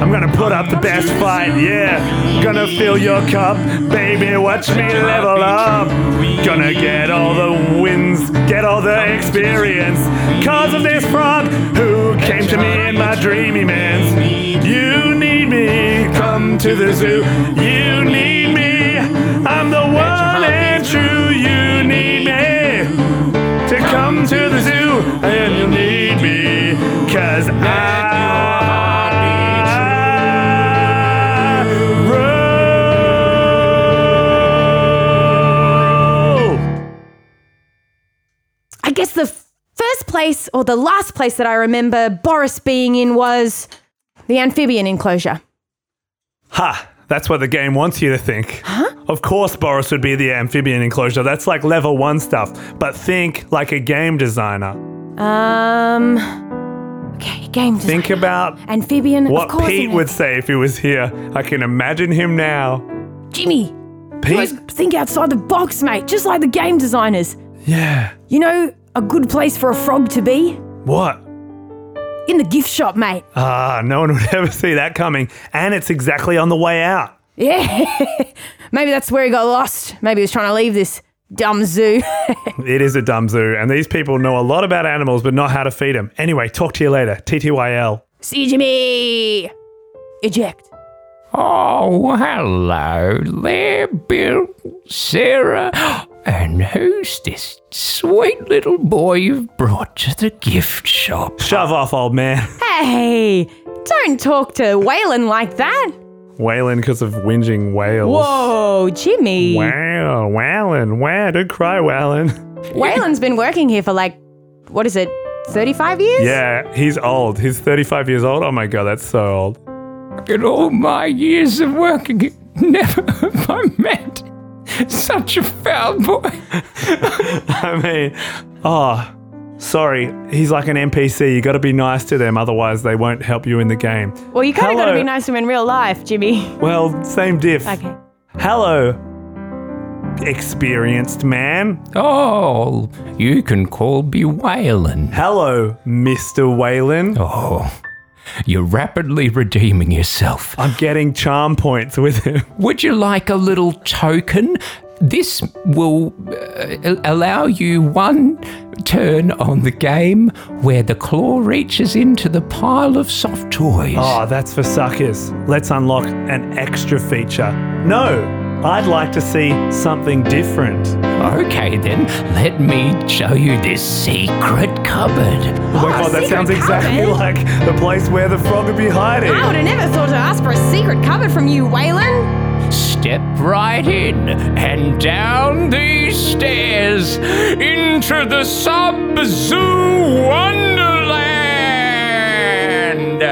[SPEAKER 4] I'm gonna put up the best fight, yeah. Gonna fill your cup, baby. Watch me level up. Gonna get all the wins, get all the experience. Cause of this frog who came to me in my dreamy man's. You need me, come to the zoo. You need me, I'm the one and true. You need me to come to the zoo. And you need me, cause I. rule.
[SPEAKER 5] I guess the f- first place or the last place that I remember Boris being in was the amphibian enclosure.
[SPEAKER 4] Ha! That's what the game wants you to think. Huh? Of course, Boris would be the amphibian enclosure. That's like level one stuff. But think like a game designer.
[SPEAKER 5] Um. Okay, game design.
[SPEAKER 4] Think about
[SPEAKER 5] Amphibian. of
[SPEAKER 4] what
[SPEAKER 5] course
[SPEAKER 4] Pete
[SPEAKER 5] an
[SPEAKER 4] would say if he was here. I can imagine him now.
[SPEAKER 5] amp- Jimmy,
[SPEAKER 4] Pete?
[SPEAKER 5] guys, think outside the box, mate. Just like the game designers.
[SPEAKER 4] Yeah.
[SPEAKER 5] You know, a good place for a frog to be
[SPEAKER 4] What?
[SPEAKER 5] in the gift shop, mate.
[SPEAKER 4] Ah, no one would ever see that coming. And it's exactly on the way out.
[SPEAKER 5] Yeah. Maybe that's where he got lost. Maybe he was trying to leave this dumb zoo.
[SPEAKER 4] It is a dumb zoo, and these people know a lot about animals but not how to feed them. Anyway, talk to you later. TTYL.
[SPEAKER 5] See you, Jimmy. Eject.
[SPEAKER 2] Oh, hello there, Bill, Sarah, and who's this sweet little boy you've brought to the gift shop?
[SPEAKER 4] Shove off, old man.
[SPEAKER 5] Hey, don't talk to Waylon like that.
[SPEAKER 4] Wailing because of whinging whales.
[SPEAKER 5] Whoa, Jimmy.
[SPEAKER 4] Wow, Whalen, wow, don't cry, Whalen.
[SPEAKER 5] Waylon's been working here for like, what is it, 35 years?
[SPEAKER 4] Yeah, he's old. He's 35 years old. Oh my god, that's so old.
[SPEAKER 2] In all my years of working, never have I met such a foul boy.
[SPEAKER 4] I mean, oh, sorry. He's like an NPC. You gotta be nice to them, otherwise, they won't help you in the game.
[SPEAKER 5] Well, you kind of got to
[SPEAKER 4] Hello.
[SPEAKER 5] be nice to him in real life, Jimmy.
[SPEAKER 4] Well, same diff.
[SPEAKER 5] Okay.
[SPEAKER 4] Hello, experienced man.
[SPEAKER 2] Oh, you can call me Whalen.
[SPEAKER 4] Hello, Mr. Whalen.
[SPEAKER 2] Oh, you're rapidly redeeming yourself.
[SPEAKER 4] I'm getting charm points with him.
[SPEAKER 2] Would you like a little token? This will uh, al- allow you one turn on the game where the claw reaches into the pile of soft toys.
[SPEAKER 4] Oh, that's for suckers. Let's unlock an extra feature. No, I'd like to see something different.
[SPEAKER 2] Okay, then, let me show you this secret cupboard.
[SPEAKER 4] Oh, my god, that
[SPEAKER 5] secret
[SPEAKER 4] sounds exactly
[SPEAKER 5] cupboard.
[SPEAKER 4] like the place where the frog would be hiding.
[SPEAKER 5] I would have never thought to ask for a secret cupboard from you, Waylon.
[SPEAKER 2] Step right in and down these stairs into the sub zoo wonderland.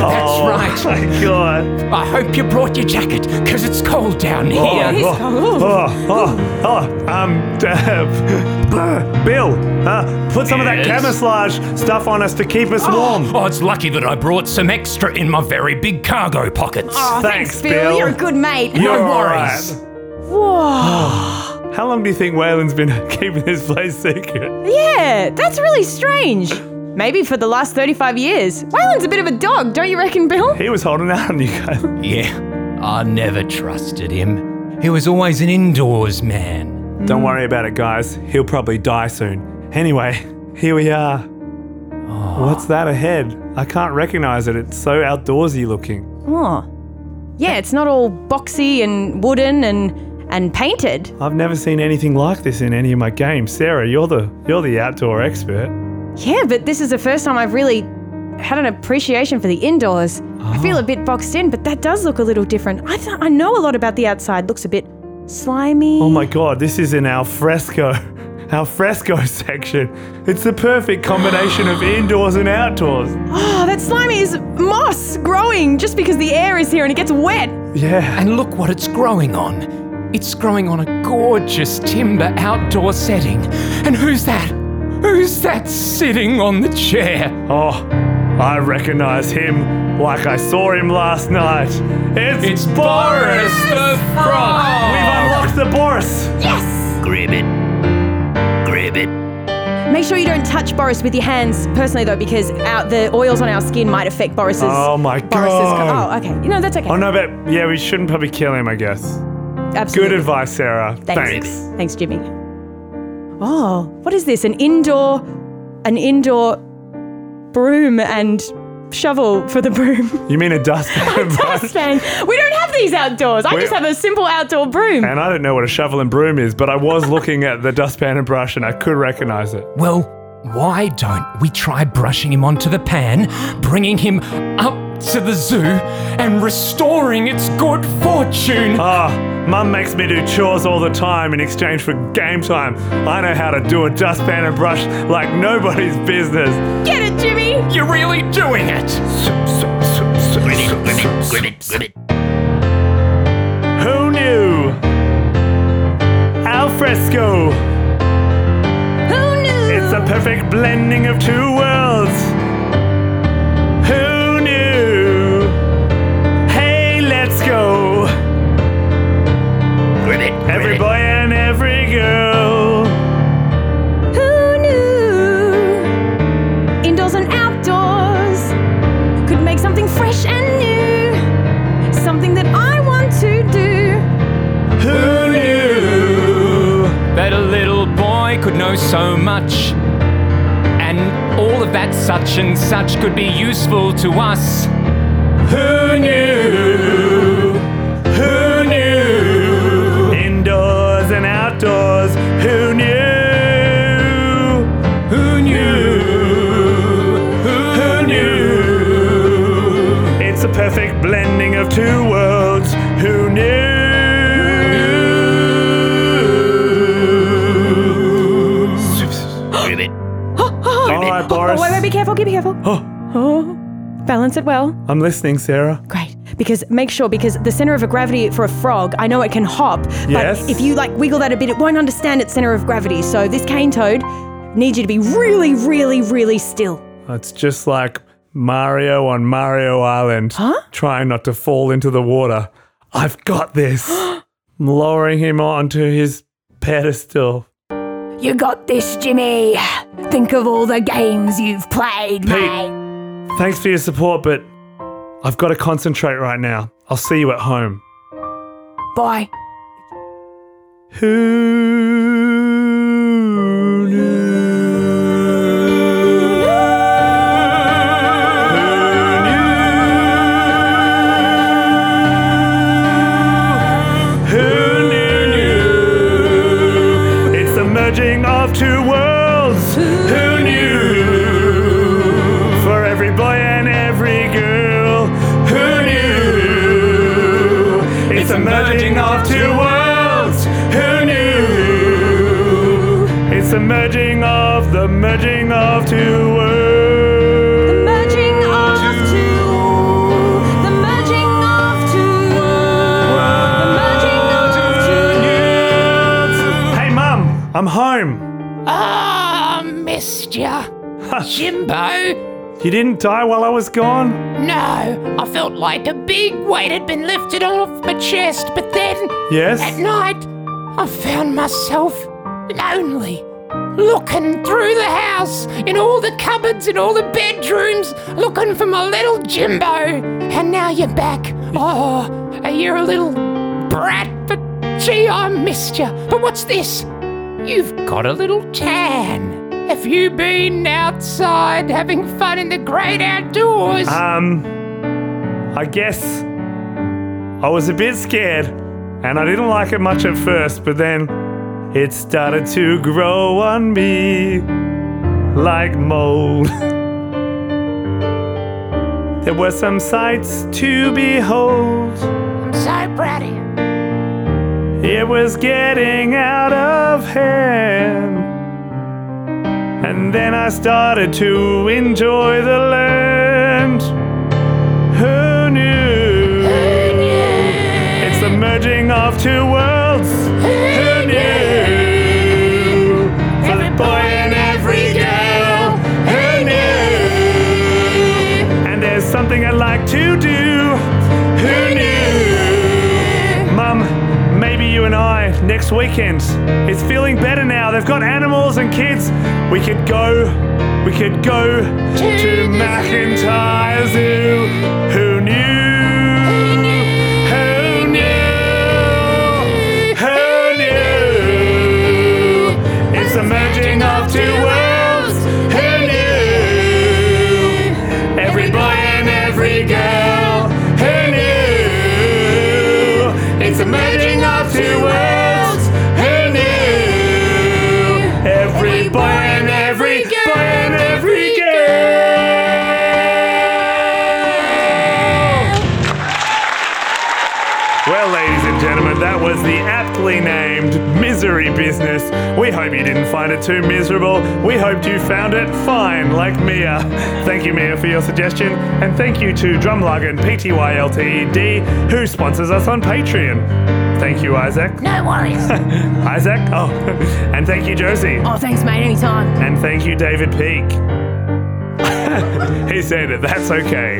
[SPEAKER 4] oh,
[SPEAKER 2] That's right.
[SPEAKER 4] My god.
[SPEAKER 2] I hope you brought your jacket because it's cold down here.
[SPEAKER 4] Oh, oh, oh, oh, um, uh, Bill, uh, put some of that
[SPEAKER 2] Yes.
[SPEAKER 4] camouflage stuff on us to keep us warm.
[SPEAKER 2] Oh, it's lucky that I brought some extra in my very big cargo pockets.
[SPEAKER 5] Ah.
[SPEAKER 4] Thanks,
[SPEAKER 5] Oh, Bill,
[SPEAKER 4] Bill.
[SPEAKER 5] you're a good mate.
[SPEAKER 4] You're
[SPEAKER 2] no
[SPEAKER 4] all
[SPEAKER 2] worries.
[SPEAKER 4] right. How long do you think Waylon's been keeping this place secret?
[SPEAKER 5] Yeah, that's really strange. Maybe for the last 35 years. Waylon's a bit of a dog, don't you reckon, Bill?
[SPEAKER 4] He was holding out on you guys.
[SPEAKER 2] Yeah, I never trusted him. He was always an indoors man.
[SPEAKER 4] Don't worry about it, guys. He'll probably die soon. Anyway, here we are. What's that ahead? I can't recognize it. It's so outdoorsy looking.
[SPEAKER 5] Oh. Yeah, it's not all boxy and wooden and and painted.
[SPEAKER 4] I've never seen anything like this in any of my games. Sarah, you're the you're the outdoor expert.
[SPEAKER 5] Yeah, but this is the first time I've really had an appreciation for the indoors. I
[SPEAKER 4] Oh.
[SPEAKER 5] feel a bit boxed in, but that does look a little different. I, th- I know a lot about the outside. Looks a bit slimy.
[SPEAKER 4] Oh my god, this is an alfresco. Alfresco section. It's the perfect combination of indoors and outdoors.
[SPEAKER 5] Oh, that slimy is moss growing just because the air is here and it gets wet.
[SPEAKER 4] Yeah.
[SPEAKER 2] And look what it's growing on. It's growing on a gorgeous timber outdoor setting. And who's that? Who's that sitting on the chair?
[SPEAKER 4] Oh, I recognize him like I saw him last night. It's,
[SPEAKER 2] It's
[SPEAKER 4] Boris
[SPEAKER 2] Boris
[SPEAKER 4] the
[SPEAKER 2] the
[SPEAKER 4] Frog.
[SPEAKER 2] Frog.
[SPEAKER 4] We've unlocked the Boris.
[SPEAKER 5] Make sure you don't touch Boris with your hands personally, though, because out the oils on our skin might affect Boris's.
[SPEAKER 4] Oh my
[SPEAKER 5] Boris's
[SPEAKER 4] god.
[SPEAKER 5] oh, okay. No, that's okay.
[SPEAKER 4] Oh no, but yeah, we shouldn't probably kill him, I guess. Good
[SPEAKER 5] Absolutely.
[SPEAKER 4] advice, Sarah.
[SPEAKER 5] Thanks. Thanks. Jimmy. Oh, what is this? An indoor, an indoor broom and shovel for the broom.
[SPEAKER 4] You mean a dustpan? right?
[SPEAKER 5] Dustpan. We don't have these outdoors. I
[SPEAKER 4] We-
[SPEAKER 5] just have a simple outdoor broom.
[SPEAKER 4] And I don't know what a shovel and broom is, but I was looking at the dustpan and brush and I could recognize it.
[SPEAKER 2] Well, why don't we try brushing him onto the pan, bringing him up to the zoo, and restoring its good fortune?
[SPEAKER 4] Ah, Mum makes me do chores all the time in exchange for game time. I know how to do a dustpan and brush like nobody's business.
[SPEAKER 5] Get it, Jimmy.
[SPEAKER 2] You're really doing it!
[SPEAKER 4] Who knew? Alfresco.
[SPEAKER 5] Who knew?
[SPEAKER 4] It's a perfect blending of two worlds. Who knew? Hey, let's go. Every boy and every girl.
[SPEAKER 5] Who knew? Indoors and outdoors could make something fresh and new. Something that I want to do.
[SPEAKER 4] Who knew?
[SPEAKER 2] that a little boy could know so much. And all of that such and such could be useful to us.
[SPEAKER 4] Who knew? Who knew? Indoors and outdoors, who knew? Who knew? Who knew? It's a perfect blending of two worlds, who knew? All right, Boris.
[SPEAKER 5] Oh, wait, wait, be careful, be careful. Oh. Balance it well.
[SPEAKER 4] I'm listening, Sarah.
[SPEAKER 5] Great. Because make sure, because the center of a gravity for a frog, I know it can hop, but
[SPEAKER 4] Yes.
[SPEAKER 5] if you like wiggle that a bit, it won't understand its center of gravity. So this cane toad needs you to be really, really, really still.
[SPEAKER 4] It's just like Mario on Mario Island, trying not to fall into the water. I've got this. I'm lowering him onto his pedestal.
[SPEAKER 6] You got this, Jimmy. Think of all the games you've played,
[SPEAKER 4] Pete.
[SPEAKER 6] mate.
[SPEAKER 4] Thanks for your support, but I've got to concentrate right now. I'll see you at home.
[SPEAKER 6] Bye.
[SPEAKER 4] Who knew? Who knew? It's the merging of two worlds. Who knew? For every boy and every girl. Who knew? It's the merging of two worlds. Who knew? It's the merging of the merging of two worlds.
[SPEAKER 3] The merging of two. The merging of two. The merging of two.
[SPEAKER 4] Hey, Mum, I'm home.
[SPEAKER 7] Ah, missed ya. Jimbo?
[SPEAKER 4] You didn't die while I was gone?
[SPEAKER 7] No, I felt like a big weight had been lifted off my chest, but then
[SPEAKER 4] Yes?
[SPEAKER 7] at night I found myself lonely. Looking through the house, in all the cupboards, in all the bedrooms, looking for my little Jimbo. And now you're back. Oh, you're a little brat, but gee, I missed you. But what's this? You've got a little tan. Have you been outside having fun in the great outdoors?
[SPEAKER 4] Um, I guess I was a bit scared and I didn't like it much at first, but then it started to grow on me like mold. there were some sights to behold.
[SPEAKER 7] I'm so proud of you.
[SPEAKER 4] It was getting out of hand. And then I started to enjoy the land. Who knew? It's the merging of two worlds. Who knew? For the boy and every girl. Who knew? And there's something I'd like to do. Who knew? Mum, maybe you and I next weekend. It's feeling better now. They've got animals and kids. We could go. We could go to McIntyre Zoo. Who knew? Who knew? Who knew? It's the merging of two worlds. Who knew? Every boy and every girl. Who knew? It's the merging of two worlds. Who knew? Every boy and every boy and every girl. Well, ladies and gentlemen, that was the aptly named Misery Business. We hope you didn't find it too miserable. We hoped you found it fine, like Mia. Thank you, Mia, for your suggestion. And thank you to Drumluggan PTYLTED, E who sponsors us on Patreon. Thank you, Isaac.
[SPEAKER 6] No worries.
[SPEAKER 4] Isaac? Oh, and thank you, Josie.
[SPEAKER 6] oh, thanks, mate. Anytime.
[SPEAKER 4] And thank you, David Peak. he said it, that's okay.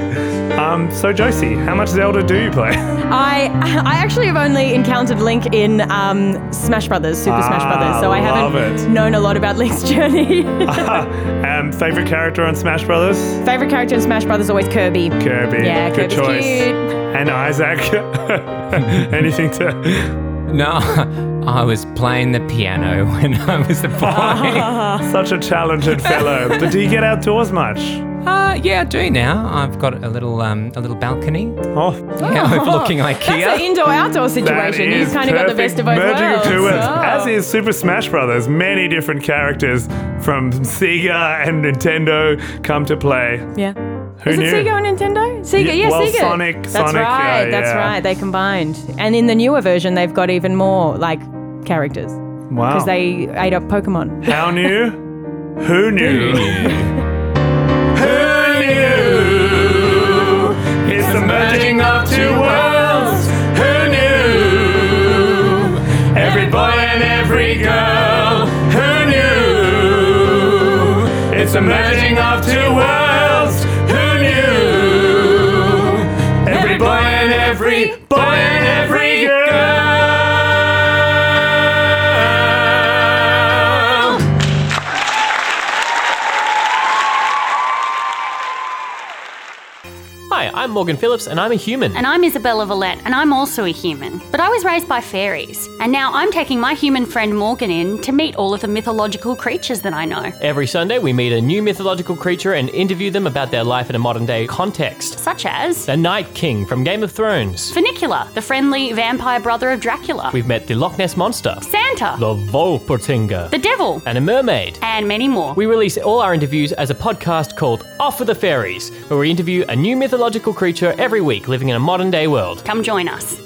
[SPEAKER 4] Um, so, Josie, how much Zelda do you play?
[SPEAKER 3] I I actually have only encountered Link in um, Smash Brothers, Super Smash
[SPEAKER 4] Ah,
[SPEAKER 3] Brothers, so I
[SPEAKER 4] love
[SPEAKER 3] haven't
[SPEAKER 4] it.
[SPEAKER 3] known a lot about Link's journey.
[SPEAKER 4] um, favorite character on Smash Brothers?
[SPEAKER 3] Favorite character in Smash Brothers always Kirby.
[SPEAKER 4] Kirby.
[SPEAKER 3] Yeah,
[SPEAKER 4] good
[SPEAKER 3] Kirby's
[SPEAKER 4] choice.
[SPEAKER 3] cute.
[SPEAKER 4] And Isaac. Anything to?
[SPEAKER 2] No, I was playing the piano when I was a boy.
[SPEAKER 4] Such a talented fellow. But do you get outdoors much?
[SPEAKER 2] uh, yeah, I do now. I've got a little um, a little balcony.
[SPEAKER 4] Oh,
[SPEAKER 2] Yeah, overlooking
[SPEAKER 3] That's an
[SPEAKER 2] IKEA.
[SPEAKER 3] indoor outdoor
[SPEAKER 4] that
[SPEAKER 3] situation.
[SPEAKER 4] is
[SPEAKER 3] You've kind of got the
[SPEAKER 4] perfect
[SPEAKER 3] best of both
[SPEAKER 4] merging
[SPEAKER 3] worlds.
[SPEAKER 4] of two worlds.
[SPEAKER 3] Oh.
[SPEAKER 4] As is Super Smash Brothers. Many different characters from Sega and Nintendo come to play.
[SPEAKER 3] yeah.
[SPEAKER 4] Who
[SPEAKER 3] is it
[SPEAKER 4] knew?
[SPEAKER 3] Sega and Nintendo?
[SPEAKER 4] Yeah,
[SPEAKER 3] Sega, yeah,
[SPEAKER 4] well,
[SPEAKER 3] Sega.
[SPEAKER 4] Sonic-
[SPEAKER 3] that's
[SPEAKER 4] Sonic,
[SPEAKER 3] right.
[SPEAKER 4] yeah,
[SPEAKER 3] that's
[SPEAKER 4] yeah.
[SPEAKER 3] right. They combined, and in the newer version, they've got even more like characters
[SPEAKER 4] Wow.
[SPEAKER 3] because they ate up Pokemon.
[SPEAKER 4] How knew? Who knew? Who knew? It's the merging of two worlds. Who knew? Every boy and every girl. Who knew? It's the merging of two worlds. Who knew? Every boy and every boy and every
[SPEAKER 8] every girl.
[SPEAKER 9] Hi, I'm Morgan Phillips and I'm a human.
[SPEAKER 10] And I'm Isabella Valette, and I'm also a human. But I was raised by fairies, and now I'm taking my human friend Morgan in to meet all of the mythological creatures that I know.
[SPEAKER 9] Every Sunday, we meet a new mythological creature and interview them about their life in a modern day context.
[SPEAKER 10] Such as
[SPEAKER 9] The Night King from Game of Thrones.
[SPEAKER 10] Funicula, the friendly vampire brother of Dracula,
[SPEAKER 9] We've met the Loch Ness Monster,
[SPEAKER 10] Santa,
[SPEAKER 9] the Volpertinger,
[SPEAKER 10] the devil,
[SPEAKER 9] and a mermaid.
[SPEAKER 10] and many more.
[SPEAKER 9] We release all our interviews as a podcast called Off with the Fairies, where we interview a new mythological creature every week living in a modern day world.
[SPEAKER 10] Come join us.